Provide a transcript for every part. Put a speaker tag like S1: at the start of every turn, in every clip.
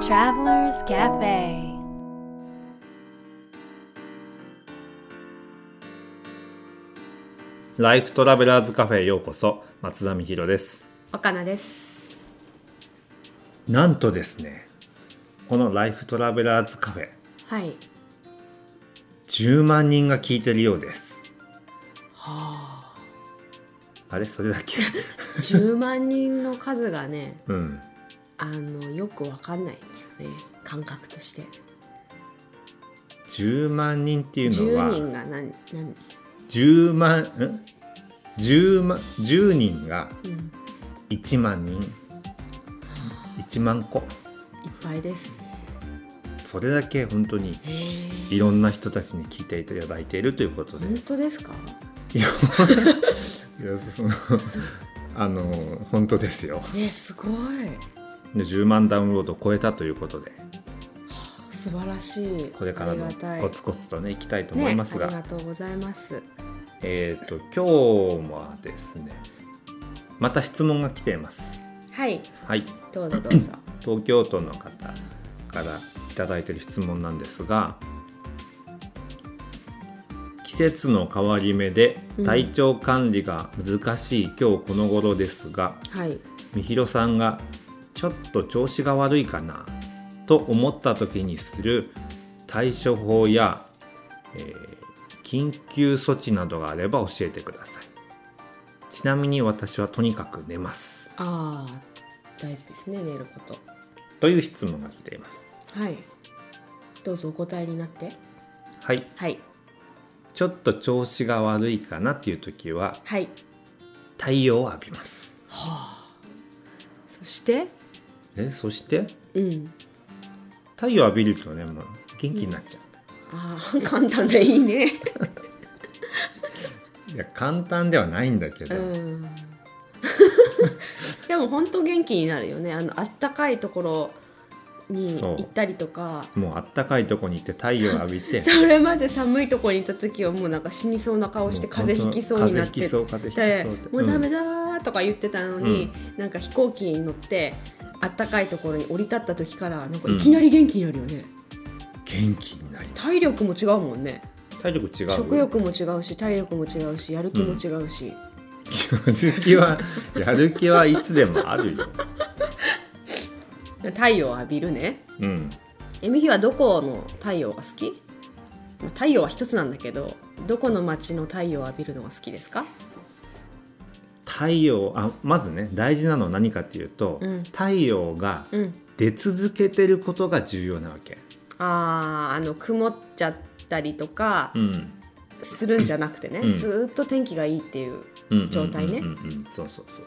S1: Travelers Cafe
S2: ライフトラベラーズカフェへようこそ松田美弘です
S1: 岡野です
S2: なんとですねこのライフトラベラーズカフェ
S1: はい
S2: 10万人が聞いてるようです
S1: はあ
S2: あれそれだけ
S1: 10万人の数がね
S2: うん
S1: あのよくわかんないんだよね感覚として
S2: 10万人っていうのは
S1: 10人が何何、
S2: 10万ん10万10人が
S1: うん、いっ
S2: 1万人1万個
S1: ぱいですね
S2: それだけ本当に
S1: へえ
S2: いろんな人たちに聞いていただいているということで
S1: 本当ですか
S2: いやいやそのあの本当ですよ
S1: えすごい
S2: で10万ダウンロードを超えたということで
S1: 素晴らしい
S2: これから
S1: あ
S2: の
S1: りがたい
S2: コツコツとねいきたいと思
S1: ね
S2: いますが、
S1: ありがとうございます
S2: えっ、と今日はですねまた質問が来ています
S1: はい
S2: はい
S1: どうぞどうぞ
S2: 東京都の方からいただいている質問なんですが季節の変わり目で体調管理が難しい今日この頃ですが、
S1: はい
S2: みひろさんがちょっと調子が悪いかなと思った時にする対処法や、えー緊急措置などがあれば教えてくださいちなみに私はとにかく寝ます
S1: ああ大事ですね寝ること
S2: という質問が来ています
S1: はいどうぞお答えになって
S2: はい
S1: はい
S2: ちょっと調子が悪いかなっていう時は
S1: はい
S2: 太陽を浴びます
S1: そして
S2: えそして
S1: うん
S2: 太陽浴びるとねもう元気になっちゃう、
S1: ああ簡単でいいね
S2: いや簡単ではないんだけ
S1: う
S2: ど、
S1: ん でも本当元気になるよねあのあったかいところに
S2: そう
S1: 行ったりとか
S2: もうあったかいとこに行って太陽浴び て
S1: それまで寒いところにいた時はもうなんか死にそうな顔して風邪ひきそうになって
S2: 風邪ひきそう風
S1: で
S2: 邪ひきそうっ
S1: もう
S2: て
S1: ダメだーとか言ってたのに、なんか飛行機に乗ってあったかいところに降り立った時からなんかいきなり元気になるよね、
S2: 元気になりたい
S1: 体力も違うもんね
S2: 体力違う
S1: 食欲も違うし体力も違うしやる気も違うし、
S2: やる気はやる気はいつでもあるよ
S1: 太陽を浴びるね
S2: うん
S1: えみひはどこの太陽が好きまあ太陽は一つなんだけどどこの町の太陽を浴びるのが好きですか
S2: 太陽あまずね大事なのは何かっていうと、
S1: うん
S2: 太陽が
S1: うん
S2: 出続けてることが重要なわけ
S1: あーあの曇っちゃったりとか
S2: うん
S1: するんじゃなくてね、
S2: うん
S1: ずーっと天気がいいっていう
S2: うん
S1: 状態ね
S2: うんうんうんうんそうそうそうそう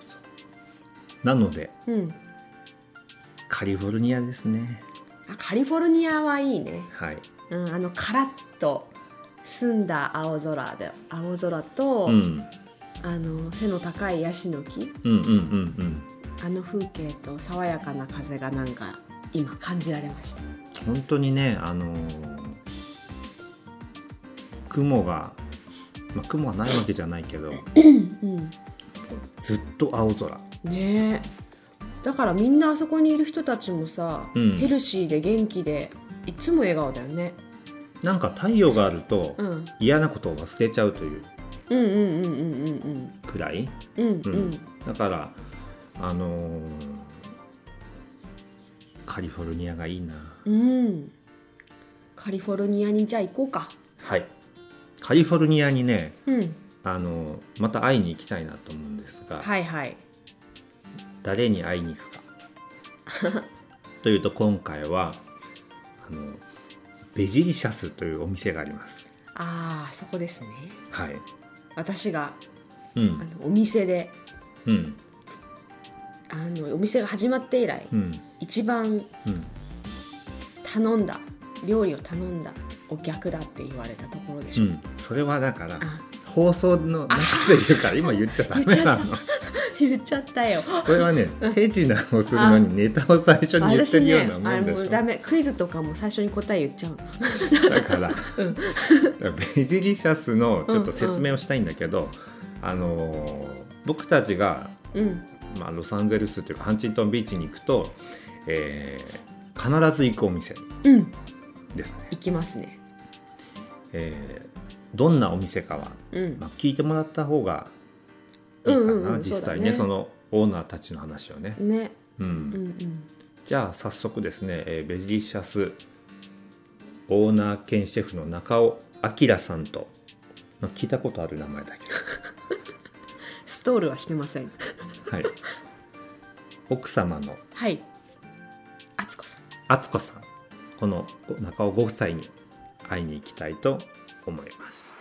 S2: なので
S1: うん
S2: カリフォルニアですね
S1: あカリフォルニアはいいね、
S2: はい
S1: うん、あのカラッと澄んだ青空で青空と、
S2: うん
S1: あの背の高いヤシの木
S2: うんうんうんうん
S1: あの風景と爽やかな風がなんか今感じられました。
S2: 本当にねあのー雲が、まあ、雲はないわけじゃないけど
S1: うん、
S2: ずっと青空
S1: ねえだからみんなあそこにいる人たちもさ、
S2: うん
S1: ヘルシーで元気でいつも笑顔だよね。
S2: なんか太陽があると
S1: うん、うん
S2: 嫌なことを忘れちゃうという
S1: うんうんうんうんうん
S2: くらい
S1: うんうん
S2: だからあのーカリフォルニアがいいな
S1: うん、カリフォルニアにじゃあ行こうか。
S2: はいカリフォルニアにね
S1: うん、
S2: あのーまた会いに行きたいなと思うんですが、
S1: はいはい。
S2: 誰に会いに行くか というと今回はあのベジリシャスというお店があります
S1: ああそこですね。
S2: はい
S1: 私が
S2: う
S1: あ
S2: ん
S1: のお店で
S2: うん
S1: あのお店が始まって以来、
S2: うん
S1: 一番
S2: うん
S1: 頼んだ料理を頼んだお客だって言われたところでし
S2: う
S1: ょ、
S2: んそれはだから
S1: あ
S2: 放送の中で言うから今言っちゃダメなの
S1: 言っちゃったよ
S2: それはね手品をするのにネタを最初に言って
S1: 私
S2: るよう
S1: ね
S2: な
S1: あ
S2: もん
S1: れ
S2: で
S1: もう
S2: しょ
S1: ダメクイズとかも最初に答え言っちゃうの
S2: だからベジリシャスのちょっと説明をしたいんだけど、あのー僕たちが
S1: うん
S2: まあ、ロサンゼルスというかハンチントンビーチに行くと、えー必ず行くお店
S1: うん
S2: ですね、
S1: 行きますね
S2: えーどんなお店かは、
S1: うん
S2: まあ、聞いてもらった方がいいか
S1: う
S2: な、
S1: んうんうん
S2: 実際ね
S1: そ
S2: そう
S1: だ
S2: のオーナーたちの話をね、
S1: ね
S2: うん
S1: うん
S2: じゃあ早速ですね、えーベジシャスオーナー兼シェフの中尾明さんとまあ聞いたことある名前だけど
S1: ストールはしてません
S2: はい、奥様の
S1: はい敦子さん
S2: 敦子さんこの中尾ご夫妻に会いに行きたいと思います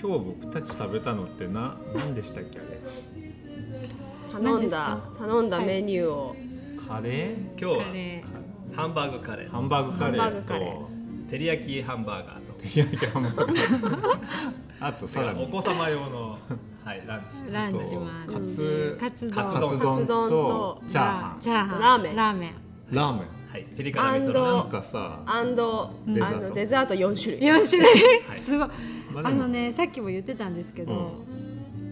S2: 今日僕たち食べたのってな何でしたっけあれ
S1: 頼んだ頼んだ
S3: はい
S1: メニューを、
S2: カレー
S3: 今日
S4: カレーハンバーグカレー
S2: ハンバーグカレ
S1: ハンバー
S2: ー
S1: グカレ
S2: と
S1: ー
S4: 照り焼きハンバーガーと
S2: いやいやハンバーグカレーあとさら
S4: お
S2: に
S4: 子様用の、 はい、ランチ
S3: ランチもある
S2: カ
S3: し
S2: ツ
S3: カツ
S4: カツ
S3: 丼
S2: 丼
S4: 丼
S2: と
S1: カツ丼と
S2: チャーハン
S3: チャーハン
S1: ラーメン
S3: ラーメン
S2: ラーメン
S4: はい、ピリ辛味噌
S1: アン
S4: の
S1: ド
S2: なんかさ
S1: アンド
S2: デザート
S1: あのデザート4種類
S3: 4種類、
S4: はい
S3: すごい
S2: ま
S3: あ
S2: でも
S3: のねさっきも言ってたんですけど、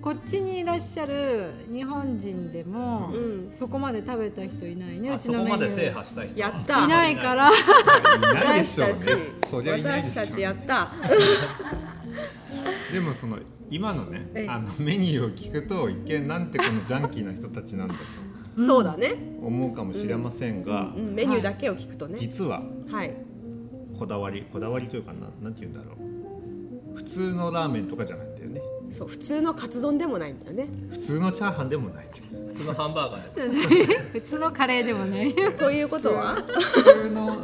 S3: こっちにいらっしゃる日本人でも、
S1: うん
S3: そこまで食べた人いないねう
S4: あ
S3: ち
S4: そ
S3: の
S4: こ
S3: メニ
S4: ま
S3: ュ
S4: で制
S3: ー
S4: 覇した人
S1: や
S4: は
S1: った
S3: いない から
S2: いないで
S1: 私
S2: しょう
S1: た
S2: ね
S1: ち、
S2: そりゃいないで
S1: 私
S2: しょう
S1: たちやった
S2: でもその今のね
S3: ええ
S2: あのメニューを聞くと一見なんてこのジャンキーな人たちなんだと
S1: そうだね、
S2: 思うかもしれませんが、
S1: うん、メニューだけを聞くとね
S2: 実は
S1: はい
S2: こだわりこだわりというかななんて言うんだろう普通のラーメンとかじゃないんだよね
S1: そう普通のカツ丼でもないんだよね
S2: 普通のチャーハンでもないんだよ
S4: 普通のハンバーガーで
S3: 普通のカレーでもね
S1: ということは
S2: 普通の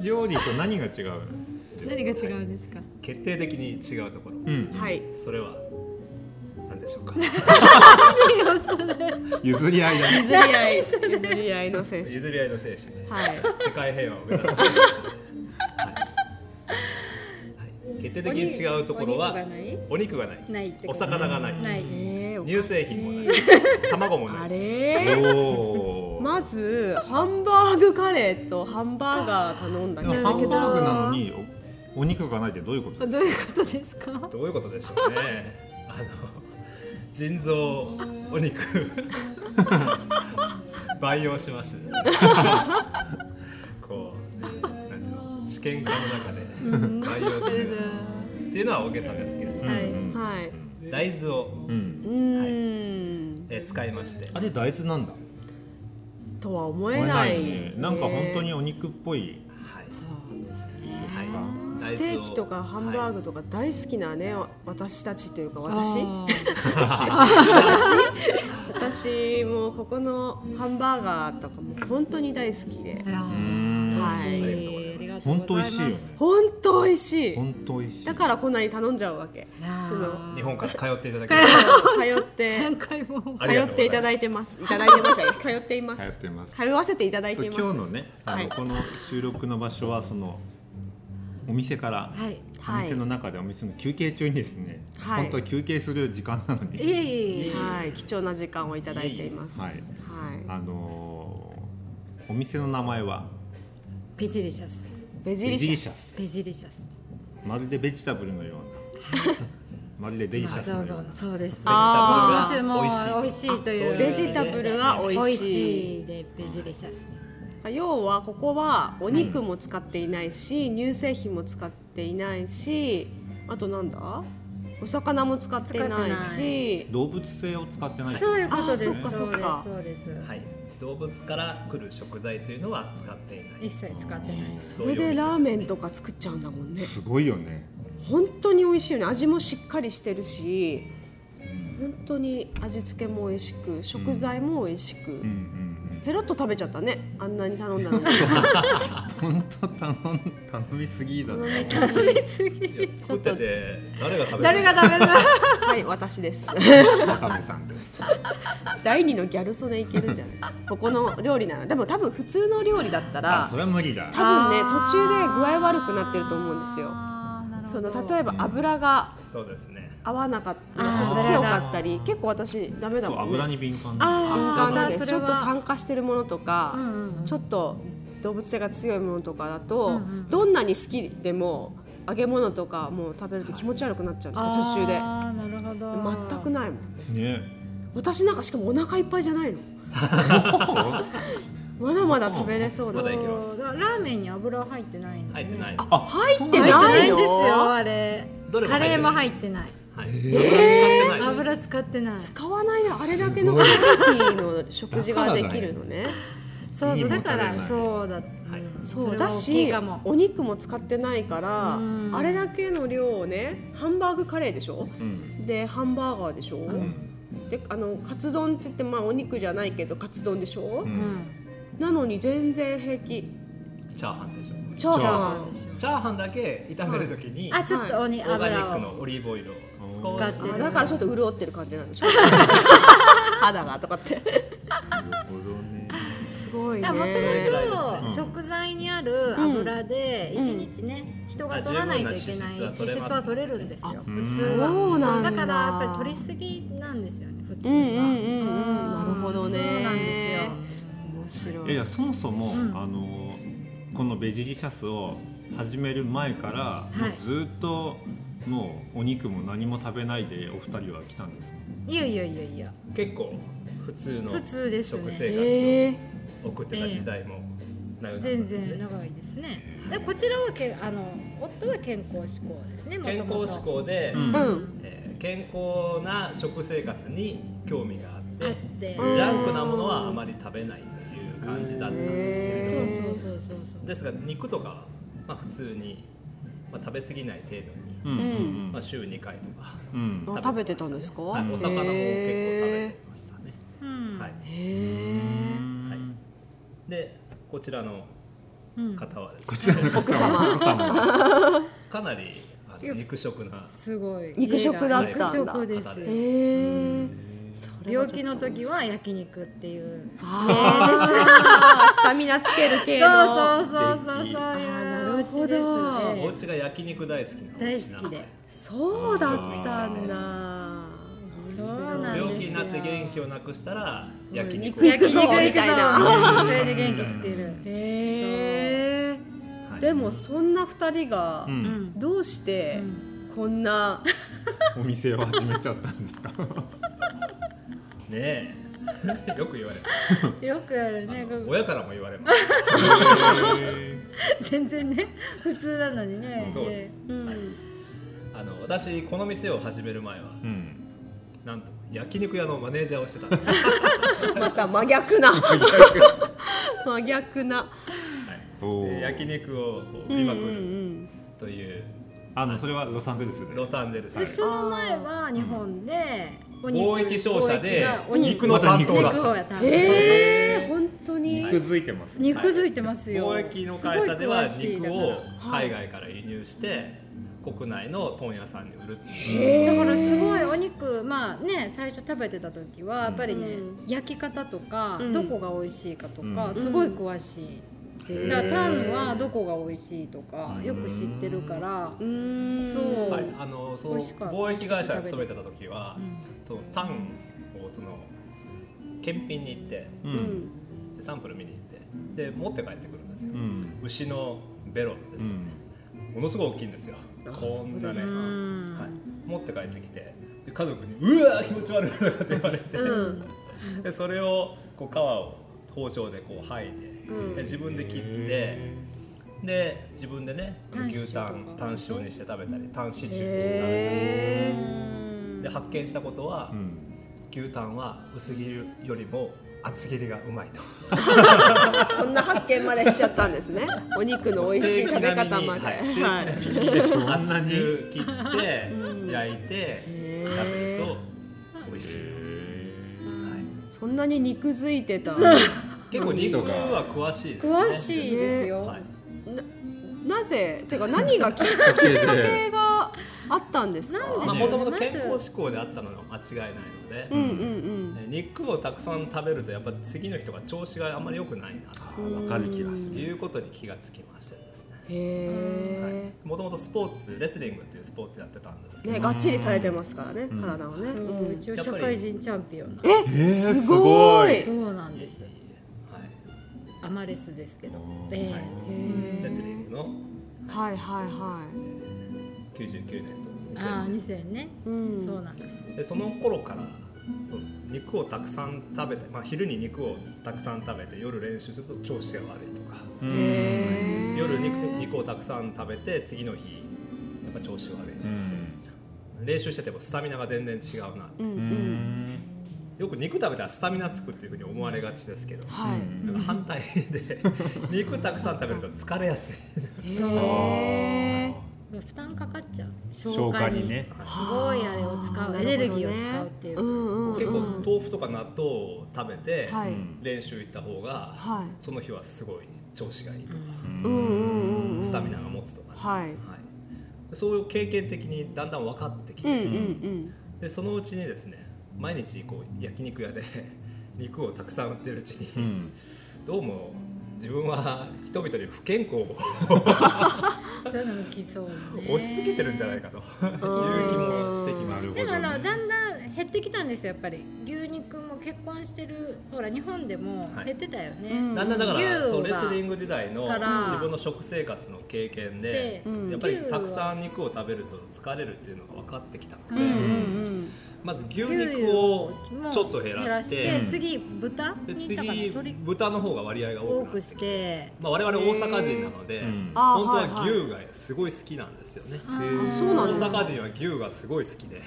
S2: 料理と何が違う
S3: 何が違うんですか
S4: 決定的に違うところ、
S2: うん、
S1: はい
S4: それは何でしょうか
S2: 譲り合いだ ね
S1: 譲り合い譲り合いの選手
S4: 譲り合いの精神ね
S1: はい
S4: 世界平和を目指していますはいはい決定的に違うところ
S3: お
S4: は
S3: 肉がない
S4: お肉がない
S3: ないって
S4: お
S3: こと
S4: 魚が ない
S3: ない
S1: えーおかしい
S4: 乳製品もない卵もな
S1: あ
S4: い
S1: れ
S2: おー
S1: まずハンバーグカレーとハンバーガー頼んだ
S2: で
S1: け
S2: も
S1: ど
S2: ハンバーグなのにおお肉がないってどういうこと
S3: どういうことですか
S4: どういうことでしょう ね。あの腎臓、お肉培養しまして ですね。こうなんていうの試験管の中で培養してるっていうのは大げさですけれど、
S3: はい
S2: うんうん
S1: はい
S4: 大豆を、
S2: うん
S1: うーん
S4: えー使いまして、
S2: あれ大豆なんだ
S1: とは思えない
S2: ねなんか本当にお肉っぽい
S4: はい、
S1: そうですね
S4: はい、
S1: ステーキとかハンバー
S4: グ、
S1: グとか大好きなね、私たちというか私
S3: あ
S1: 私もここのハンバーガーとかも本当に大好きで
S3: ーいや
S2: うー
S3: ー
S2: ん
S1: はい
S3: 美味しいありがとう
S2: 本当
S3: ご
S2: 美
S3: ざい
S2: 味
S3: ます
S2: しいよね
S1: 本当美味しい
S2: 本当美味しい
S1: だからこんなに頼んじゃうわけその
S4: 日本から通っていただ きま
S1: 通って
S3: 3回も
S1: 通っ
S4: ありがとうございます
S1: ていただいてますいただいてましたね通っています
S2: 流行ってます
S1: 通わせていただい
S2: そう
S1: てい
S2: 今
S1: ま
S2: 日
S1: す
S2: のねあの、
S1: はい
S2: この収録の場所はそのお店から、
S3: はい
S1: はい
S2: お店の中でお店の休憩中にですね、
S1: はい
S2: 本当は休憩する時間なの
S3: え
S2: に、
S3: え
S1: はい貴重な時間をいただいています
S2: は
S1: はいい
S2: あのーお店の名前は
S3: ベジリシャス
S1: ベジ
S2: ベ
S1: リ
S2: ジ
S1: シ
S2: リ
S1: ャ
S2: シャ
S1: ス
S2: ス
S3: ベジリシャス
S2: まるでベジタブルのような まるでデリシャスのような
S3: そうです
S1: あ
S3: も
S4: ー
S3: ちもう美味
S4: 美味
S3: しい
S4: しい
S3: という
S1: ベジタブルが美
S3: 美
S1: 味
S3: 味
S1: しい
S3: しいでベジリシャス
S1: 要はここはお肉も使っていないし、乳製品も使っていないしあとなんだお魚も使っていないし
S2: 動物性を使ってない
S3: そういうことです
S1: あーそっかそっか
S3: そうですそうです
S4: す。はい、動物から来る食材というのは使っていない。
S3: 一切使ってない
S4: そ
S1: それでラーメンとか作っちゃうんだもんね
S2: すごいよね
S1: 本当に美味しいよね味もしっかりしてるし本当に味付けも美味しく食材も美味しく、
S2: うんうん
S1: ペロッと食べちゃったねあんなに頼んだのに
S2: うん本当頼ん頼みすぎだね
S4: いや作ってて誰が食べ る
S3: 誰が食べる
S1: はい私 です
S2: 高めさんです
S1: 第二のギャル曽根いけるんじゃない ここの料理ならでも多分普通の料理だったら
S2: あそれは無理だ
S1: 多分ね途中で具合悪くなってると思うんですよその例えば油が
S4: そうですね。
S1: 合わなかった
S3: あー
S1: ちょっと強かったり結構私ダメだ
S2: そう
S1: もん
S2: 油
S1: ね
S2: に敏感
S3: あ
S1: 敏感なんで
S3: あー
S1: ちょっと酸化してるものとか、
S3: ば
S1: ちょっと動物性が強いものとかだと、
S3: うんうん
S1: どんなに好きでも揚げ物とかもう食べると気持ち悪くなっちゃうんですよ、
S3: あ
S1: 途中で
S3: ーなるほど
S1: 全くないもん
S2: ね
S1: 私なんかしかもお腹いっぱいじゃないのまだまだ食べれそうだ
S4: まだいけます
S3: そうだからラーメンに油入ってないんだ
S4: 入
S3: ね
S4: ってない。
S2: あ
S1: 入って
S3: 入って
S1: な
S3: ないいん
S1: の
S3: ですよあれ
S4: どれも
S3: カ
S4: 入って
S3: レー
S4: ない
S3: も入ってない
S4: はい。
S1: え
S4: 油使ってない。
S3: 油使ってないそう
S1: 使わないであれだけの
S2: す
S1: カ
S2: ごい
S1: ロリーの食事が
S2: だからだ
S1: で
S2: よ
S1: きるのね
S3: そ
S2: 意
S3: う
S2: 味
S3: だ
S2: も
S3: か
S2: 足り
S3: ら
S2: ない
S3: そうだ、
S4: はい
S3: うん
S1: そ
S3: れ
S1: う
S3: は
S1: だ
S3: 大きい
S1: し
S3: かも
S1: お肉も使ってないから
S3: うん
S1: あれだけの量をねハンバーグカレーでしょ
S2: うん
S1: でハンバーガーでしょ、
S2: うん
S1: であのカツ丼って言ってまあお肉じゃないけどカツ丼でしょ、
S2: う
S3: うんん
S1: なのに全然平気
S4: チャーハンでしょ。
S1: チャー
S3: そう
S1: ハ
S3: なんでしょう
S4: チャーハンだけ炒めるときに、
S3: あちょっとおに
S4: オーガニ
S3: 油
S4: ック
S3: を
S4: のオリーブオイルを
S3: 使
S4: 少
S3: っ
S4: して
S1: ン
S3: る
S1: あだからちょっと潤ってる感じなんでしょ肌がとかって
S2: なるほどね
S1: すごい
S3: だからも
S1: ね
S3: ともと食材にある油で
S1: うん
S3: 一日ね、人が取らないといけない脂
S4: あ十分な脂質は取れ
S3: 質
S4: ます
S3: は取れるんですよ
S2: あ
S3: 普通は
S1: そうなんだ
S3: だからやっぱり取りすぎなんですよね普通は
S1: うんうんうんうんなるほどね
S3: そうなんですよ
S1: 面白
S2: いやいやそもそも、
S3: うん
S2: あのこのベジリシャスを始める前から、も
S3: い
S2: うずっともうお肉も何も食べないでお二人は来たんですか
S3: いやいやいやいや
S4: 結構普通の
S3: 普通ですね
S4: 食生活
S1: えー
S4: を送ってた時代も長かった
S3: 全
S4: んです
S3: 然
S4: ね。
S3: 長いですねでこちらはけあの夫は健康志向ですね元
S4: 健康
S3: 々
S4: 志向で、
S2: うん
S1: うん
S4: えー健康な食生活に興味があって、
S3: あって
S1: うん
S4: ジャンクなものはあまり食べないという感じだったんです
S3: そ
S4: けれ
S3: う
S4: ど
S3: そ
S4: も、
S3: うそうそうそう
S4: ですが肉とかは、まあ、普通に、まあ、食べ過ぎない程度に、
S2: うんうんうん
S4: まあ、週2回とか
S2: うん
S1: あ食べてたんですか
S4: はいお魚も結構食べてましたね、
S3: うん
S4: はい、
S1: へえ
S4: はいでこちらの
S3: うん
S4: 方はですね
S2: こちらの方は
S1: 奥様
S2: 奥様
S4: かなりあの肉食な
S3: すごい
S1: 肉食だったんだ
S3: 肉食です
S4: へ
S1: へえ
S3: 病気の時は焼肉っていう
S1: あースタミナつける系
S3: そう
S1: の
S3: そうそうそうそういう
S1: あーな
S3: お
S1: る
S3: 家
S1: ほど
S3: です
S4: お
S3: ね
S4: 家が焼肉大好きなお
S3: 大
S4: 家な
S3: 好
S4: の
S3: きで
S1: そうだったんだ
S3: そうなんですよ
S4: 病気になって元気をなくしたら焼肉
S1: 肉行くぞ
S4: は
S1: みたいな
S3: それで元気つける
S1: へえ
S4: い
S1: でもそんな二人が
S2: う
S3: うんん
S1: どうしてこんな
S2: お店を始めちゃったんですか
S4: ねえ よく言われま
S3: よくやるね
S4: す
S3: ご
S4: 親からも言われます
S3: 全然ね普通なのにね
S4: そうです
S1: うん
S4: あの私この店を始める前は
S2: うん
S4: なんと焼肉屋のマネージャーをしてたんです
S1: また真逆 な真逆な
S2: お
S4: で
S2: ー
S4: 焼肉をこう
S1: うん
S4: 見
S1: うんう
S4: まくる
S1: ん
S4: という
S2: あのそれはロサンゼルスで
S4: ロサンゼルス
S3: でその前は日本でお肉
S4: 貿易商社で
S3: 貿易がお
S4: 肉の担当だっ
S3: 肉をやったた
S1: ええ本当に
S2: 肉付いてます
S3: 肉づいてますよ
S4: 貿易の会社では
S3: すごい詳しい
S4: 肉
S3: だから
S4: を海外から輸入して国内の問屋さんに売るっていう
S1: へ
S3: だ
S1: ー
S3: からすごいお肉まあね最初食べてた時はやっぱりね、
S1: う
S3: 焼き方とか、
S1: うん
S3: どこが美味しいかとか、
S2: うん
S3: すごい詳しい、
S2: へー
S3: だからタンはどこが美味しいとかよく知ってるから、
S1: うーん
S3: そう
S4: はい、あのそ
S3: 美
S4: の
S3: 味しかった
S4: 貿易会社に勤めてた時は、
S3: うん
S4: そのタンをその検品に行って
S2: う
S1: うんん
S4: サンプル見に行ってで持って帰ってくるんですよ、
S2: うん
S4: 牛のベロ
S2: う
S4: ですよね、
S2: ん
S4: ものすごい大きいんですよ
S1: あ
S4: こんなね、
S1: そうう
S4: は
S3: ん
S4: い、持って帰ってきてで家族に「うわー気持ち悪い」とかって言われて、
S1: うん
S4: でそれをこう皮を包丁でこう剥いで,、
S1: うん
S4: で自分で切ってで自分でね
S3: タンシ
S4: 牛
S3: チュー
S4: タン
S3: とか
S4: タン塩にして食べたりタンシチューにして食べたり。
S1: へえ
S4: で発見したことは、
S2: うん
S4: 牛タンは薄切りよりも厚切りがうまいと
S1: そんな発見までしちゃったんですね。お肉の美味しい食べ方まで。
S4: はい
S1: はい。
S2: そんな
S4: 厚
S2: に
S4: く切って、
S1: うん
S4: 焼いて食べると美味しい、はい、
S1: そんなに肉づいてた。
S4: 結構肉は詳しいですね
S3: 詳しいですよ、
S4: はい、
S1: なぜ、てか、何がきっか
S2: 消え
S1: け
S2: て
S1: があったんですか。
S3: なんで
S4: まあ
S2: ね
S4: もともと健康志向であったのは間違いないので、
S1: うんうん
S4: 肉をたくさん食べるとやっぱ次の日とか調子があんまり良くないな
S2: あーわかる気がす
S4: と
S2: る
S4: いうことに気がつきましてですね
S1: うん。へ
S4: もともとスポーツレスリングっていうスポーツやってたんですけ
S1: え。
S4: ど、
S1: ね、がっちりされてますからね、
S2: ん
S1: 体をね。
S3: そう
S1: う
S3: うんちは社会人チャンピオンなんで
S1: え、
S2: えー
S1: すごい。
S3: そ
S1: へ
S3: うなんです
S4: はい
S3: アマレスですけど
S2: おー
S3: え
S4: はい
S1: え
S4: レスリングの、は
S3: はいはいはい
S4: 99年と
S5: ああ
S4: 2000
S5: 2000ね、
S1: うん
S5: そうなんです
S4: 年でその頃から肉をたくさん食べて、まあ、昼に肉をたくさん食べて夜練習すると調子が悪いとか
S2: うん
S1: へー
S4: 夜肉肉をたくさん食べて次の日やっぱ調子悪い、
S2: うん
S4: 練習しててもスタミナが全然違うな
S1: うんう
S2: うんん
S4: よく肉食べたらスタミナつくっていうふうに思われがちですけど
S1: は
S2: う
S1: い
S2: ん
S4: なんか反対 で肉たくさん食べると疲れやすい
S5: そう
S1: へ
S5: 負担かかっちゃう
S2: 消化にね
S5: すごいあれを使うエネルギーを使うってい
S1: うん
S5: う
S1: うんうん
S4: 結構豆腐とか納豆を食べて
S1: はい
S2: うん
S4: 練習行った方が
S1: はい
S4: その日はすごい調子がいいとか
S1: うんうんうんうん
S4: スタミナが持つとかね、
S1: はい
S4: いそういう経験的にだんだん分かってき
S1: うんうん
S4: て、
S1: うん
S4: でそのうちにですね毎日こう焼肉屋で 肉をたくさん売ってるうちに、
S2: うん
S4: どうも自分は人々に不健康を
S5: そういうのもきそう
S4: 押し付けてるんじゃない
S5: か
S4: かという気もしてきまし
S2: なる
S4: た
S5: でも
S2: ほ
S5: あの
S2: どね
S5: だんだん減ってきたんですよやっぱり牛肉も結婚してるほら日本でも
S4: はい
S5: 減ってたよね、
S1: うん
S4: だんだんだから
S5: 牛が
S4: そうレスリング時代の
S5: から
S4: 自分の食生活の経験で
S5: で、
S1: うん
S4: やっぱり
S5: 牛は
S4: たくさん肉を食べると疲れるっていうのが分かってきたので、
S1: うんうん
S4: まず牛肉を
S5: も
S4: ちょっと減らして
S5: 減ら次豚
S4: で
S5: にだから
S4: 次
S5: 鶏
S4: 豚の方が割合が多
S5: 多
S4: くなって
S5: く
S4: き、
S5: してて
S4: まあ、我々大阪人なので、
S2: うん
S1: あー
S4: 本当は
S1: はいはい
S4: 牛がすごい好きなんですよね、
S5: あー
S2: へー
S1: そうなんです
S4: 大
S1: か
S4: 阪人は牛がすごい好きで
S1: へ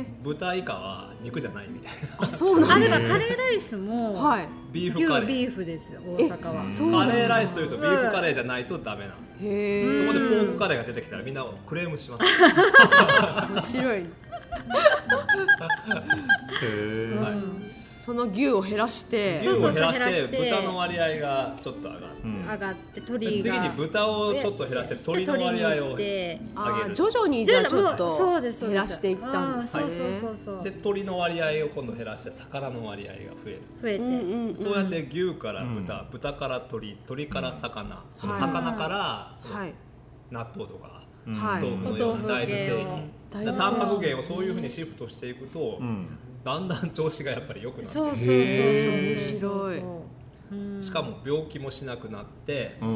S1: え
S4: 豚以下は肉じゃないみたいな
S1: あそうな
S5: あ
S1: ん
S5: れ
S1: だ
S5: がカレーライスも、
S1: はい
S4: ビー
S5: 牛ビ
S4: フカレー
S5: ーフですよ大阪は
S1: えそうな
S4: カ
S1: んだ
S4: レーライスというとビーフカレーじゃないとダメなんですよそ
S1: へ
S4: こで
S1: え
S4: ポークカレーが出てきたらみんなクレームします
S1: 面白い
S2: へ
S5: うん
S2: ー
S1: その牛を減らして
S4: 牛を
S5: そうそう
S4: 減らし
S5: 減らしてて
S4: 豚の割合がちょっと上がって
S2: うん
S5: 上がって
S4: で
S5: 鳥
S4: 次
S5: が
S4: に豚をちょっと減らして鶏の割合
S5: 行
S4: を
S5: っ
S4: で
S5: て
S1: あ
S4: 上げ
S1: ー
S4: る
S1: 徐々にじゃあちょっと
S5: そうですそう
S1: 減
S5: です
S1: らしていったんですね
S5: うそうそうそうそう
S4: 鶏の割合を今度減らして魚の割合が増える
S5: 増えて、
S1: うんうんん
S4: そうやって牛から豚、
S2: う
S4: 豚から鶏鶏から魚、
S1: うんはい
S4: 魚から
S1: はい
S4: 納豆とか
S2: うん
S1: はい
S4: 豆腐のような
S5: お豆
S4: 大豆
S5: 腐
S4: 製
S5: 系を
S4: 品
S1: 大
S4: で
S1: 豆
S4: タンパク源をそういうふうにシフトしていくと、
S2: うん
S4: だんだん調子がやっぱり良くなって
S5: そうそうそうそう
S1: へー面
S5: うん
S4: しかも病気もしなくなって
S2: うん
S1: うん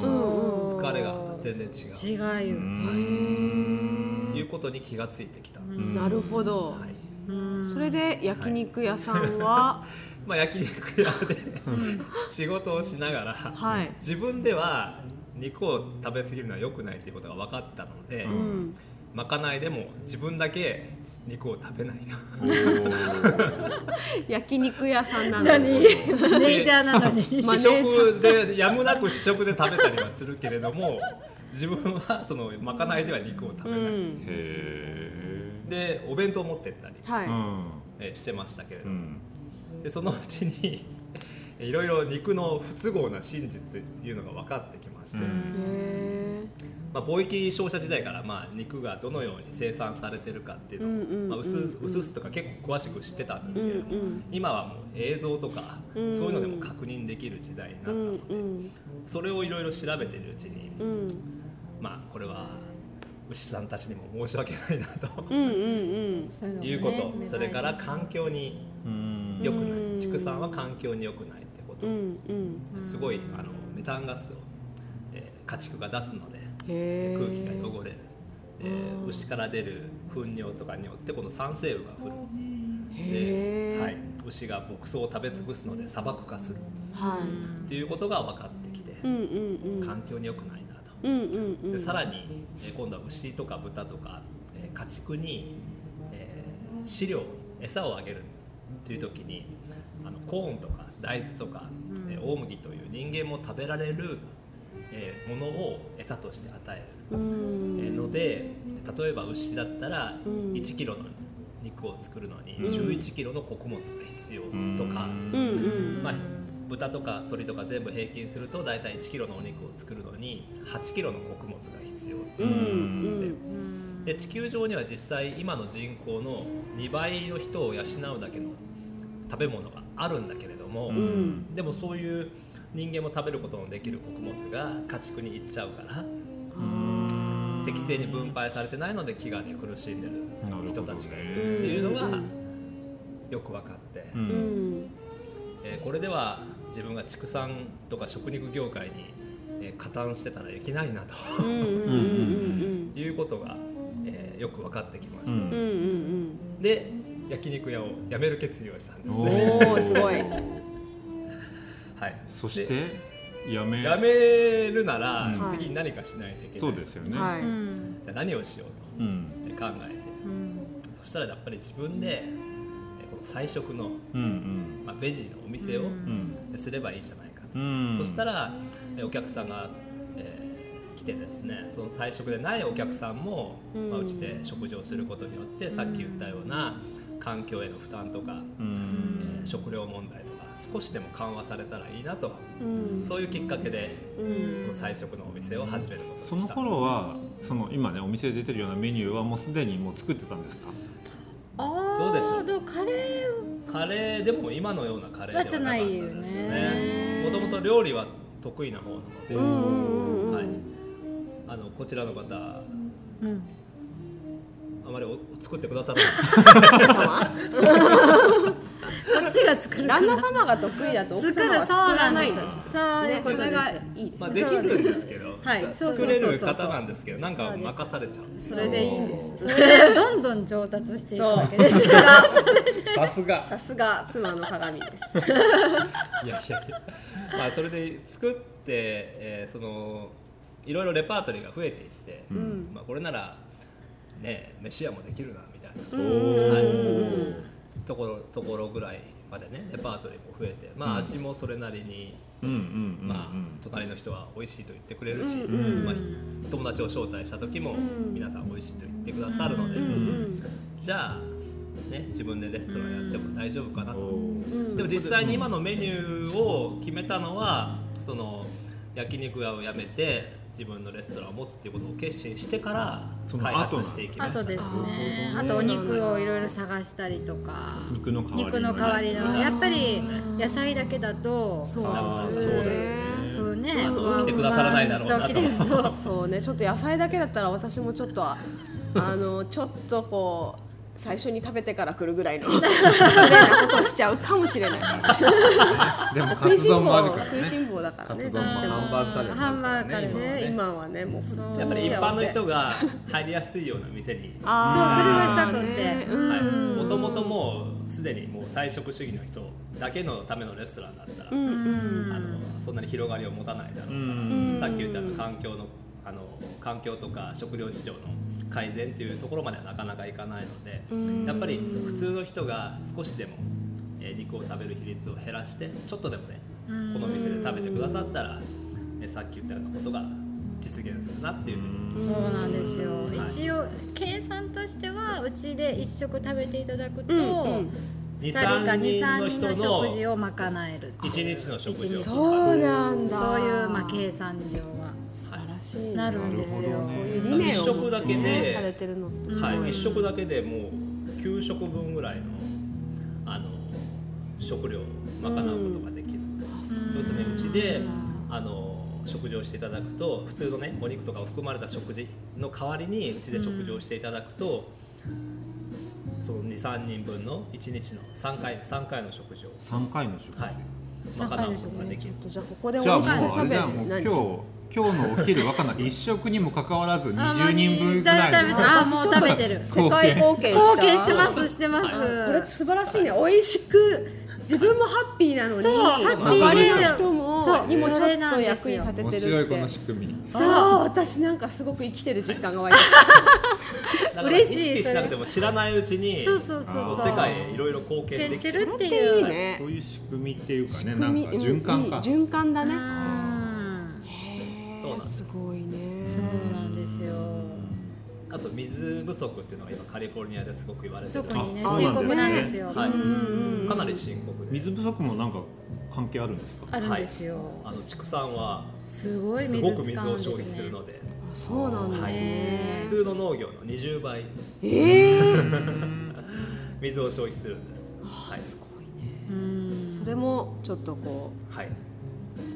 S1: うん
S4: 疲れが全然違
S5: 違うよ、
S4: ういうことに気がついてきた、
S2: うん
S1: なるほど
S4: はい
S5: うん
S1: それで焼肉屋さんは
S4: まあ、焼肉屋で仕事をしながら、
S1: はい
S4: 自分では肉を食べ過ぎるのは良くないということが分かったので、
S2: う
S1: うん
S4: まかないでも自分だけ肉を食べないな
S2: おー
S1: 焼肉屋さんなのに
S5: 何マネージャーなのに
S1: マ
S4: 試
S1: ネージャ
S4: 食でやむなく試食で食べたりはするけれども自分はそのまかないでは肉を食
S1: う
S4: べない、
S1: ん
S2: へー
S4: でお弁当を持ってったり、
S1: はい
S2: うん
S4: えーしてましたけれ
S2: う
S4: ど、
S2: ん
S4: でそのうちに いろいろ肉の不都合な真実というのが分かってきまして、
S2: うん
S1: へ
S4: まあ、貿易商社時代からまあ肉がどのように生産されてるかっていうのを、
S1: うんうんうん
S4: まあ、うすうすうすうすとか結構詳しく知ってたんですけれども、
S1: うんうん
S4: 今はもう映像とか、
S1: うん
S4: そういうのでも確認できる時代になっ
S1: えう
S4: たの
S1: ん
S4: で、
S1: うん
S4: それをいろいろ調べてるうちに、
S1: うん
S4: まあこれは牛さんたちにも申し訳ないなと
S1: うんうん
S4: いうこと、それから環境に
S2: うん
S4: 良くない、
S1: うん
S4: 畜産は環境に良くないってこ
S1: う
S4: と、
S1: んうん
S4: すごいあのメタンガスを、えー家畜が出すので。
S1: へえ
S4: 空気が汚れる、で牛から出る糞尿とかによってこの酸性雨が降る
S1: へ
S4: で、
S1: え
S4: はい、牛が牧草を食べ尽くすので砂漠化する
S1: はい
S4: っていうことが分かってきて、
S1: うんうんうん
S4: 環境に良くないなと、
S1: うんうんうん
S4: でさらにえー今度は牛とか豚とかえー家畜に、えー飼料餌をあげるっていう時にあのコーンとか大豆とか、えー大麦という人間も食べられる、えーものを餌として与える。
S1: うん
S4: えーので例えば牛だったら
S1: うん
S4: 1キロの肉を作るのに
S2: うん
S4: 1 1キロの穀物が必要と
S1: う
S4: か、
S1: んうん
S4: まあ、豚とか鶏とか全部平均すると大体1キロのお肉を作るのに8キロの穀物が必要って
S1: う
S4: い
S1: ん
S4: う
S1: うん
S4: で地球上には実際今の人口の2倍の人を養うだけの食べ物があるんだけれども、
S1: ん
S4: でもそういう人間も食べることのできる穀物が家畜に行っちゃうから。
S1: あー
S4: 適正に分配されてないので飢餓で苦しんでる人たちがいるっていうの
S1: う
S4: が
S1: ん
S4: よく分かって、
S2: う
S1: うんん
S4: えーこれでは自分が畜産とか食肉業界にえー加担してたらいけないなと
S1: うんうんうん
S4: いうことが、えーよく分かってきました、
S2: うん
S1: うんうんうん
S4: で焼肉屋を辞める決意をしたんです
S1: お
S4: ね、
S1: ーすごい
S4: はい、
S2: そし
S4: で
S2: てやめ
S4: 辞めるなら、
S1: うん
S4: 次に何かしないといけない
S2: そうですよね、
S1: はい
S5: うん
S4: じゃあ何をしよ
S2: う
S4: うと
S2: ん
S4: えー考えて
S5: うん
S4: そしたらやっぱり自分でえーこの菜食の、
S2: うん
S4: まあ、ベジのお店を
S5: うん
S2: うんうん
S4: すればいいじゃないかと、
S2: うん
S4: そしたらえーお客さんが、えー来てですねその菜食でないお客さんも、
S1: うん
S4: まあ、うちで食事をすることによってさっき言ったような環境への負担とか、
S2: う
S4: え
S2: ん
S4: ー食料問題とか少しでも緩和されたらいいなと
S1: うん
S4: そういうきっかけで
S1: うん
S4: この菜食のお店を始めること
S2: そ
S4: に
S2: の
S4: した
S2: 頃はその今ねお店で出てるようなメニューはもうすでにもう作ってたんですか
S5: あー
S4: どうでしょう
S5: でもカレー
S4: カレーでも今のようなカレーではなかったんですよ
S5: じゃない
S4: ね
S5: よね
S4: もともと料理は得意な方なので、
S1: うんうんうんうん
S4: はい、あのこちらの方あ
S5: うん
S4: まりお作ってくださらな
S1: 旦
S4: い
S1: 那様
S5: こっちが作る
S1: 旦那様が得意だと奥様は作らないんで
S5: 作るそうなんです
S1: ねそ
S5: よ
S1: れがいいです
S4: まあ、できるんですけど、
S5: はい
S4: ざ
S5: そうそうそうそう
S4: 作れる方なんですけどなんか任されちゃうんです
S1: それでいいんです
S5: それでどんどん上達していくわけです
S1: さすが
S4: さすが
S1: さすが妻の鏡です
S4: いやいやいや、まあ、それで作って、えーそのいろいろレパートリーが増えていって、
S1: うん
S4: まあ、これならね飯屋もできるなみたいな、
S1: うんうん
S4: はい
S1: うん
S4: ところところぐらいまでねレパートリーも増えて、まあ、
S2: うん
S4: 味もそれなりに、
S2: うんうんうん
S4: まあ、隣の人は美味しいと言ってくれるし、
S1: うん
S2: うん
S4: まあ、ひ友達を招待した時も
S1: うん
S4: 皆さん美味しいと言ってくださるので、
S1: うんうん
S4: じゃあ、ね、自分でレストランやっても大丈夫かなと、
S1: うん
S4: でも実際に今のメニューを決めたのはその焼肉屋をやめて自分のレストランを持つっていうことを決心してから
S2: その
S4: 開
S2: 後なん
S4: 発していきま
S5: あ
S4: した
S5: とですね
S1: あー
S5: あとお肉をいろいろ探したりとか
S2: 肉の代わり
S5: 肉の代わり
S2: ね
S5: のやっぱり野菜だけだと
S1: そう
S2: あ
S1: で
S2: ーそう
S1: す
S2: だよ
S1: ね
S5: そうね
S4: あと
S5: まあ
S4: 来てくださらないだろうなと
S5: そう来てそう
S1: そうねちょっと野菜だけだったら私もちょっとああのちょっとこう最初に食べてから来るぐらいの失礼なことをしちゃうかもしれない
S2: でも
S1: 食
S2: カ
S1: いし
S2: ツ
S1: ん坊
S2: 丼もあるから
S1: 食いし
S2: ね
S1: ん坊だからね
S2: カツ丼も
S1: どうしても
S2: ハンバーグカレーもあるからね
S5: ハンバーグカレー
S1: ね
S2: 今は
S1: 今
S2: ね
S1: はねもう本当に
S4: やっぱり一般の
S1: 幸せ
S4: 人が入りやすいような店に
S1: あー
S5: そうそれはしたくて
S1: ねうん
S5: うん
S4: もともともうすでにもう菜食主義の人だけのためのレストランだったら、
S1: うん
S4: あのそんなに広がりを持たないだろう
S2: う
S4: か
S2: ん
S4: ら、さっき言ったような環境のあの環境とか食料事情の改善というところまではなかなかいかないので、
S1: うん
S4: やっぱり普通の人が少しでも、えー肉を食べる比率を減らしてちょっとでもね
S5: うん
S4: この店で食べてくださったら、えーさっき言ったようなことが実現するなっていうふうに
S5: そうなんですよ、
S4: はい
S5: 一応計算としてはうちで1食食べていただくと、
S1: うん
S5: 2人
S4: 2、
S5: か
S4: 3
S5: 23人
S4: 人の
S5: の
S4: 人
S5: 食事
S4: の
S5: を賄える
S4: 一日の食事を
S5: 一日
S1: そうなんだ
S5: そういう、まあ、計算上は
S1: 素晴らしい
S5: なるんです
S2: なる
S5: よ
S2: ほど
S1: そう
S2: ね
S1: いう理念を持って
S4: 一食だけで
S1: されてるのってすごい、
S4: はい、1食だけでもう9食分ぐらいのあの食料を賄うことができる、要するにうちであの食事をしていただくと普通のねお肉とかを含まれた食事の代わりにうちで食事をしていただくと、その23人分の1日の3回三回の食事を、
S2: 三回の食事
S4: はい、
S5: 三
S4: 賄
S5: 回
S4: う
S5: の
S4: こ
S5: 食事
S4: とができ
S1: ちょ
S4: る
S1: っとじゃあここで美
S2: じゃあ
S1: 味しく
S2: もうあ
S1: 食
S2: れ
S1: べ
S2: だ
S1: る
S2: よもう
S1: 何
S2: 今日今日のお昼わかんない一食にもかかわらず
S5: あ
S2: 20人分ぐらい
S5: まあ食べたあもう食べてる
S1: 世界貢献し
S5: 貢
S1: た
S5: 献してますしてます、
S1: あこれ素晴らしいね美味しく自分もハッピーなのに
S5: そうハッピー
S1: 周りの人も
S5: そう
S1: にもちょ
S5: それ
S1: っ
S5: な
S1: と
S5: んですよ
S1: 役に立て
S2: 面
S1: て
S2: 白
S1: る
S2: い
S1: っ
S2: この
S1: て
S2: 仕組み
S1: そう私なんかすごく生きてる実感が湧いて
S4: だから意
S5: 嬉しい
S4: 識しなくても知らないうちに
S5: そうそうそう
S4: も
S5: そうう
S4: 世界へいろいろ貢
S5: 貢
S4: 献
S5: 献
S4: で
S5: し
S4: き
S5: て
S4: てる
S5: るって
S1: きてい
S5: い
S1: いうね
S2: そういう仕組みっていうかね
S1: 仕
S2: なん
S1: 組み
S2: か循環
S1: う
S2: か
S1: んいい循環だ
S5: う
S1: ね
S5: ん
S1: へー
S4: そうなんです
S1: すごいね
S5: そうなんですよ
S4: あと水不足っていうのが今カリフォルニアですごく言われてる
S5: 特にね
S2: あ
S5: 深刻なんですよ
S4: はい
S5: うんうんうん
S4: かなり深刻で
S2: 水不足もなんか関係あるんですか
S5: あるんですよ、
S4: あの畜産は
S5: すごい
S4: す
S5: 水
S4: ご
S5: 使
S4: く水
S5: うん
S4: を
S5: です
S4: 消費
S5: ね
S4: するので
S1: あそうなんですね
S4: 普通の農業の20倍
S1: ええ
S4: 水を消費するんです
S1: すごいね
S5: うん
S1: それもちょっとこ
S4: はい、はい、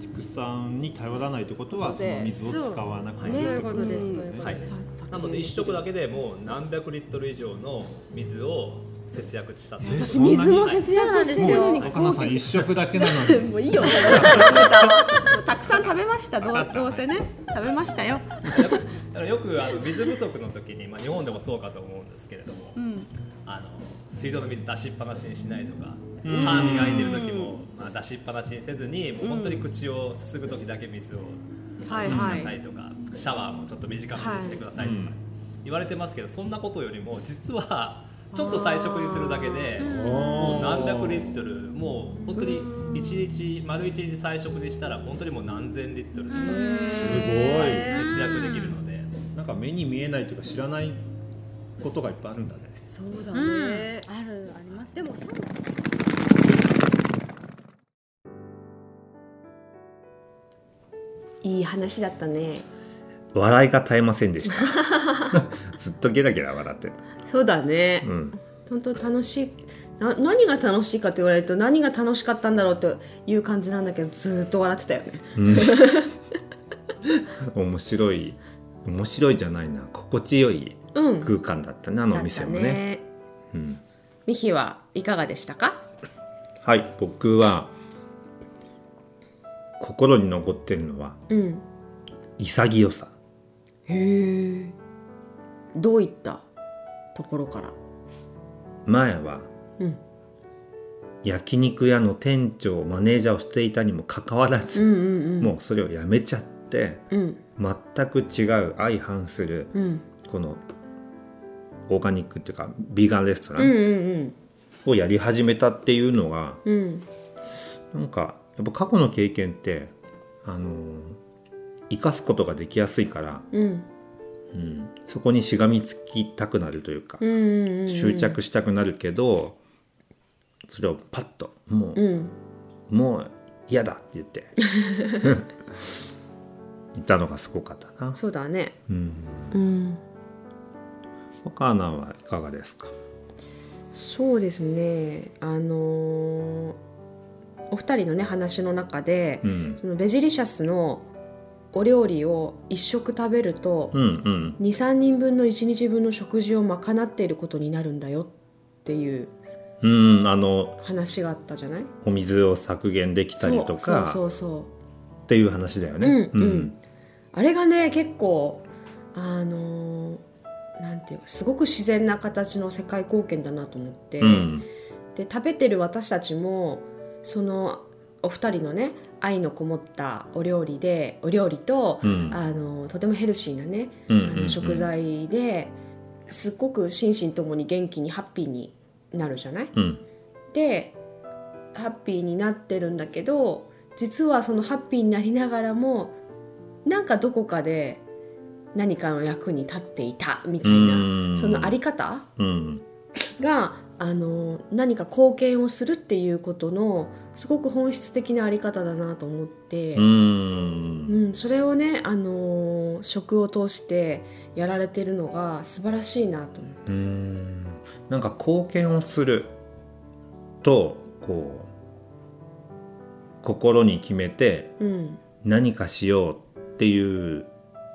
S2: 畜産に頼らないということは
S1: そう
S2: その
S1: で
S2: 水を使わなく
S5: そ
S2: な
S5: う
S1: ね
S2: る
S5: いうことです、
S1: うん
S5: そういうことです、
S1: うさ
S4: なので1食だけでもう何百リットル以上の水を節約したって
S1: 私水も
S4: はい
S1: 節約してるのに
S6: もう若菜さん一食だけな のに
S1: もういいよもうたくさん食べましたどうどうせね食べましたよ、
S4: あのよくあの水不足の時に、まあ、日本でもそうかと思うんですけれども、
S1: うん、
S4: あの水道の水出しっぱなしにしないとか歯磨いてる時も、まあ、出しっぱなしにせずにもう本当に口をすすぐ時だけ水を
S1: はい
S4: 出しな
S1: は
S4: さ
S1: い
S4: いとか、シャワーもちょっと短めにしてくださ
S2: はい
S4: いとか
S2: うん
S4: 言われてますけど、そんなことよりも実はちょっと菜食にするだけで
S5: うん
S4: もう何百リ
S2: リ
S4: ットルもう本当に1日丸1日菜食にしたら本当にもう何千リットル
S5: うん
S2: す
S4: 節約できるので。
S6: なんか目に見えないというか知らないことがいっぱいあるんだね
S1: そうだ
S5: う
S1: ね
S5: ん、あるあります
S1: でもさいい話だったね
S2: ごい笑いが絶えませんでした ずっとゲラゲラ笑ってた、
S1: そうだね、
S2: うん、
S1: 本当楽しいな何が楽しいかって言われると何が楽しかったんだろうという感じなんだけどずーっと笑ってたよね
S2: うん 面白い面白いじゃないな心地よい
S1: うん
S2: 空間だったねあのお店もねうん、
S1: ミヒはいかがでしたか
S2: はい僕は心に残ってるのは
S1: うん
S2: 潔さ
S1: へえどういったところから
S2: 前は
S1: うん
S2: 焼肉屋の店長マネージャーをしていたにもかかわら
S1: う
S2: ず、
S1: んうんうん
S2: もうそれをやめちゃって
S1: うん
S2: 全く違う相反する
S1: うん
S2: このオーガニックっていうかビーガンレストラ
S1: うん
S2: ン
S1: うん
S2: をやり始めたっていうのが、
S1: うんうん
S2: なんかやっぱ過去の経験ってあの生かすことができやすいから、
S1: うん
S2: うん、そこにしがみつきたくなるというか、
S1: うんうん
S2: 執着したくなるけどそれをパッともう、
S1: うん
S2: もう嫌だって言って 言ったのがすごかったな。
S1: そうだね
S2: うん、
S1: うん
S2: 他アナはいかがですか。
S1: そうですねあのーお二人のね話の中で、
S2: うん、
S1: そのベジリシャスのお料理を一食食べると、
S2: うん、うん、
S1: 23人分の1日分の食事を賄っていることになるんだよっていう
S2: うん、あの
S1: 話があったじゃない
S2: お水を削減できたりと
S1: そうそう
S2: か
S1: そうそう
S2: っていう話だよね。
S1: うんうんあれがね結構あのーなんていうかすごく自然な形の世界貢献だなと思って、
S2: うん、
S1: で食べてる私たちもそのお二人のね愛のこもったお料理でお料理と、
S2: うん、
S1: あのーとてもヘルシーなね
S2: うんう
S1: あ
S2: ん
S1: の食材ですっごく心身ともに元気にハッピーになるじゃない
S2: うん
S1: でハッピーになってるんだけど実はそのハッピーになりながらもなんかどこかで何かの役に立っていたみたいなそのあり方
S2: うん
S1: があの何か貢献をするっていうことのすごく本質的なあり方だなと思って。
S2: うん
S1: うん、それをね、あのー食を通してやられてるのが素晴らしいなと思う。
S2: うんなんか貢献をするとこう心に決めて
S1: うん、
S2: 何かしようっていう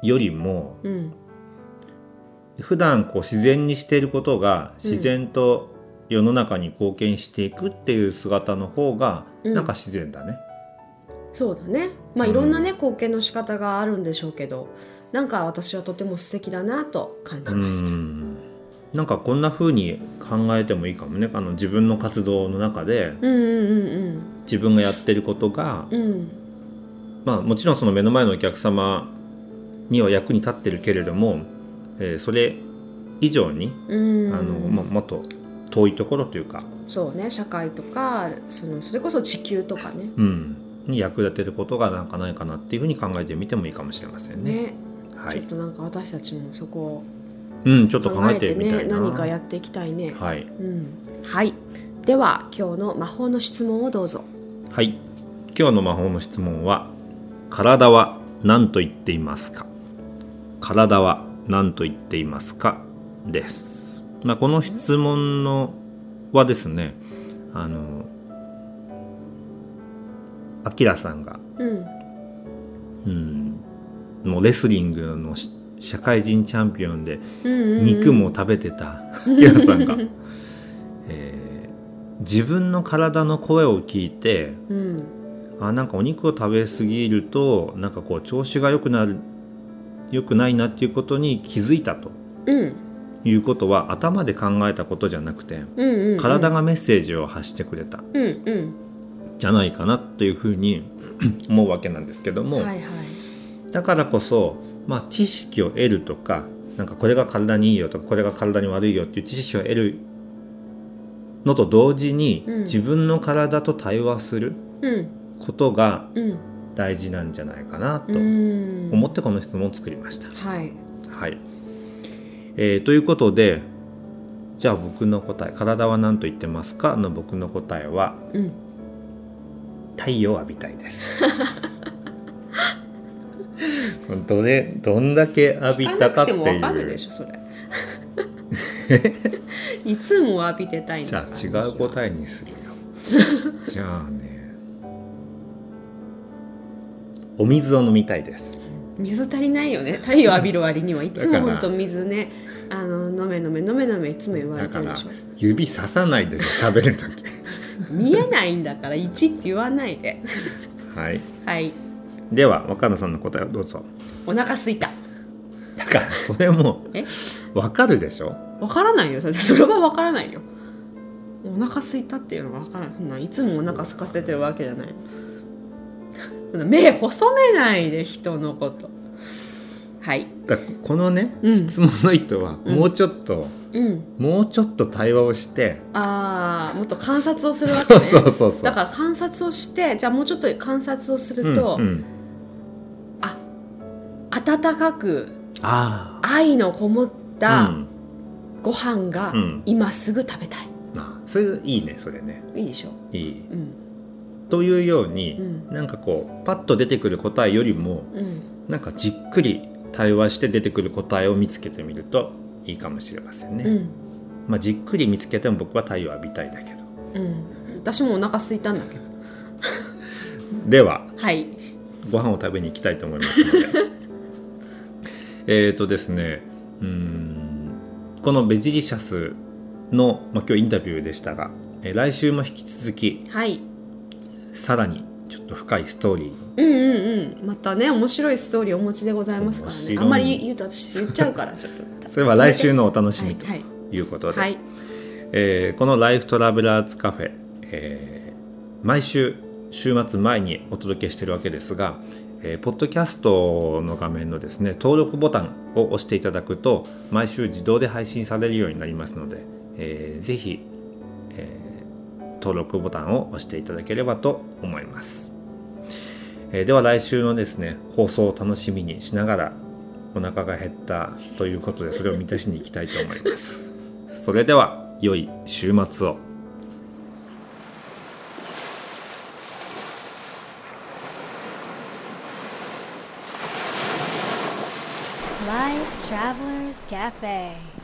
S2: よりも
S1: うん、
S2: 普段こう自然にしていることが自然と世の中に貢献していくっていう姿の方が
S1: うん
S2: なんか自然だね。
S1: そうだね。まあ、
S2: うん
S1: いろんなね、貢献の仕方があるんでしょうけど、なんか私はとても素敵だなと感じ
S2: う
S1: ました。
S2: んなんかこんな風に考えてもいいかもねあの自分の活動の中で
S1: うん、うん、
S2: 自分がやってることが
S1: うん、う、ん、
S2: まあ、もちろんその目の前のお客様には役に立ってるけれども、えーそれ以上に、
S1: うん、
S2: あのまもっと遠いところというか、
S1: そうね、社会とか、その、それこそ地球とかね。
S2: うん、に役立てることがなんかないかなっていうふうに考えてみてもいいかもしれませんね。
S1: ね、
S2: は
S1: ちょ
S2: い
S1: っ、となんか私たちもそこ
S2: うん、ちょっ
S1: を
S2: と
S1: 考
S2: 考
S1: えて
S2: えて
S1: ね、
S2: みたいな。
S1: 何かやっていきたいね。
S2: はい、
S1: うん、はい。では今日の魔法の質問をどうぞ。
S2: はい、今日の魔法の質問は体は何と言っていますか体は何と言っていますかです、まあ、この質問のはですねあのアキラさんが、
S1: うん、
S2: うん、もうレスリングのし社会人チャンピオンで
S1: うんうんうん
S2: 肉も食べてたアキラさんが、え自分の体の声を聞いて
S1: うん
S2: あなんかお肉を食べ過ぎるとなんかこう調子が良くなる良くないなっていうことに気づいたと
S1: うん
S2: いうことは頭で考えたことじゃなくて
S1: うんうん
S2: 体
S1: が
S2: がメッセージを発してくれた
S1: うんうん
S2: じゃないかなというふ うに思うわけなんですけども、
S1: はいはい
S2: だからこそ、まあ、知識を得るとかなんかこれが体にいいよとかこれが体に悪いよっていう知識を得るのと同時に、
S1: うん
S2: 自分の体と対話する
S1: うん
S2: ことが
S1: うん
S2: 大事なんじゃないかなと
S1: うん
S2: 思ってこの質問を作りました。
S1: はい
S2: はいえーということでじゃあ僕の答え「体は何と言ってますか?」の僕の答えは
S1: うん
S2: 「太陽を浴びたい」です どれどんだけ浴びたかって
S1: 聞なくてもわか
S2: い
S1: る
S2: う
S1: でしょ それいつも浴びてたいん
S2: じゃ
S1: だ
S2: あ違う答えに するよじゃあねお水を飲みたいです
S1: 水足りないよね太陽浴びる割にはいつ
S2: だ
S1: も
S2: から
S1: 本当水ねあの飲め飲め飲め飲めいつも言われ
S2: だ
S1: て
S2: か
S1: るで
S2: ら
S1: しょ
S2: 指ささないでしょ喋るとき
S1: 見えないんだからいちいち言わないで
S2: はい
S1: はい
S2: では若菜さんの答えをどうぞ
S1: お腹すいた
S2: だからそれも
S1: え
S2: わかるでしょ
S1: わからないよそれ それはわからないよお腹すいたっていうのがわからないそんないつもお腹空かせてるわけじゃない そんな目細めないで人のことはい
S2: だからこのね、
S1: うん
S2: 質問の意図は
S1: うん
S2: もうちょっと、
S1: うん
S2: もうちょっと対話をして、
S1: あーもっと観察をするわけ
S2: そ
S1: ね
S2: う そうそうそう
S1: だから観察をしてじゃあもうちょっと観察をすると、
S2: うんうん
S1: あ温かく
S2: あ
S1: 愛のこもっ
S2: あう
S1: た
S2: ん
S1: ご飯が
S2: うん
S1: 今すぐ食べたい、
S2: あそれいいねそれね
S1: いいでしょ
S2: いい
S1: うん
S2: というように、
S1: うん
S2: なんかこうパッと出てくる答えよりも
S1: うん
S2: なんかじっくり対話して出てくる答えを見つけてみるといいかもしれませんね、
S1: うん
S2: まあ、じっくり見つけても僕は太陽浴びたいだけど
S1: うん私もお腹空いたんだけど
S2: では
S1: はい
S2: ご飯を食べに行きたいと思いますので えっとですねうーんこのベジリシャスの、まあ、今日インタビューでしたが、えー来週も引き続き
S1: はい
S2: さらにちょっと深いストーリー
S1: うんうんうんまたね面白いストーリーお持ちでございますから
S2: 面
S1: ね
S2: 白い
S1: あんまり言うと私言っちゃうからちょっ と
S2: それは来週のお楽しみと
S1: はい
S2: いうこと
S1: はい、
S2: で、
S1: はい
S2: えーこの「ライフトラベラーズカフェ、えー毎週週末前にお届けしてるわけですが、えーポッドキャストの画面のですね登録ボタンを押していただくと毎週自動で配信されるようになりますので、えーぜひ、えー登録ボタンを押していただければと思います、えーでは来週のですね放送を楽しみにしながらお腹が減ったということでそれを満たしにいきたいと思いますそれでは良い週末を。
S7: Life Travelers Cafe.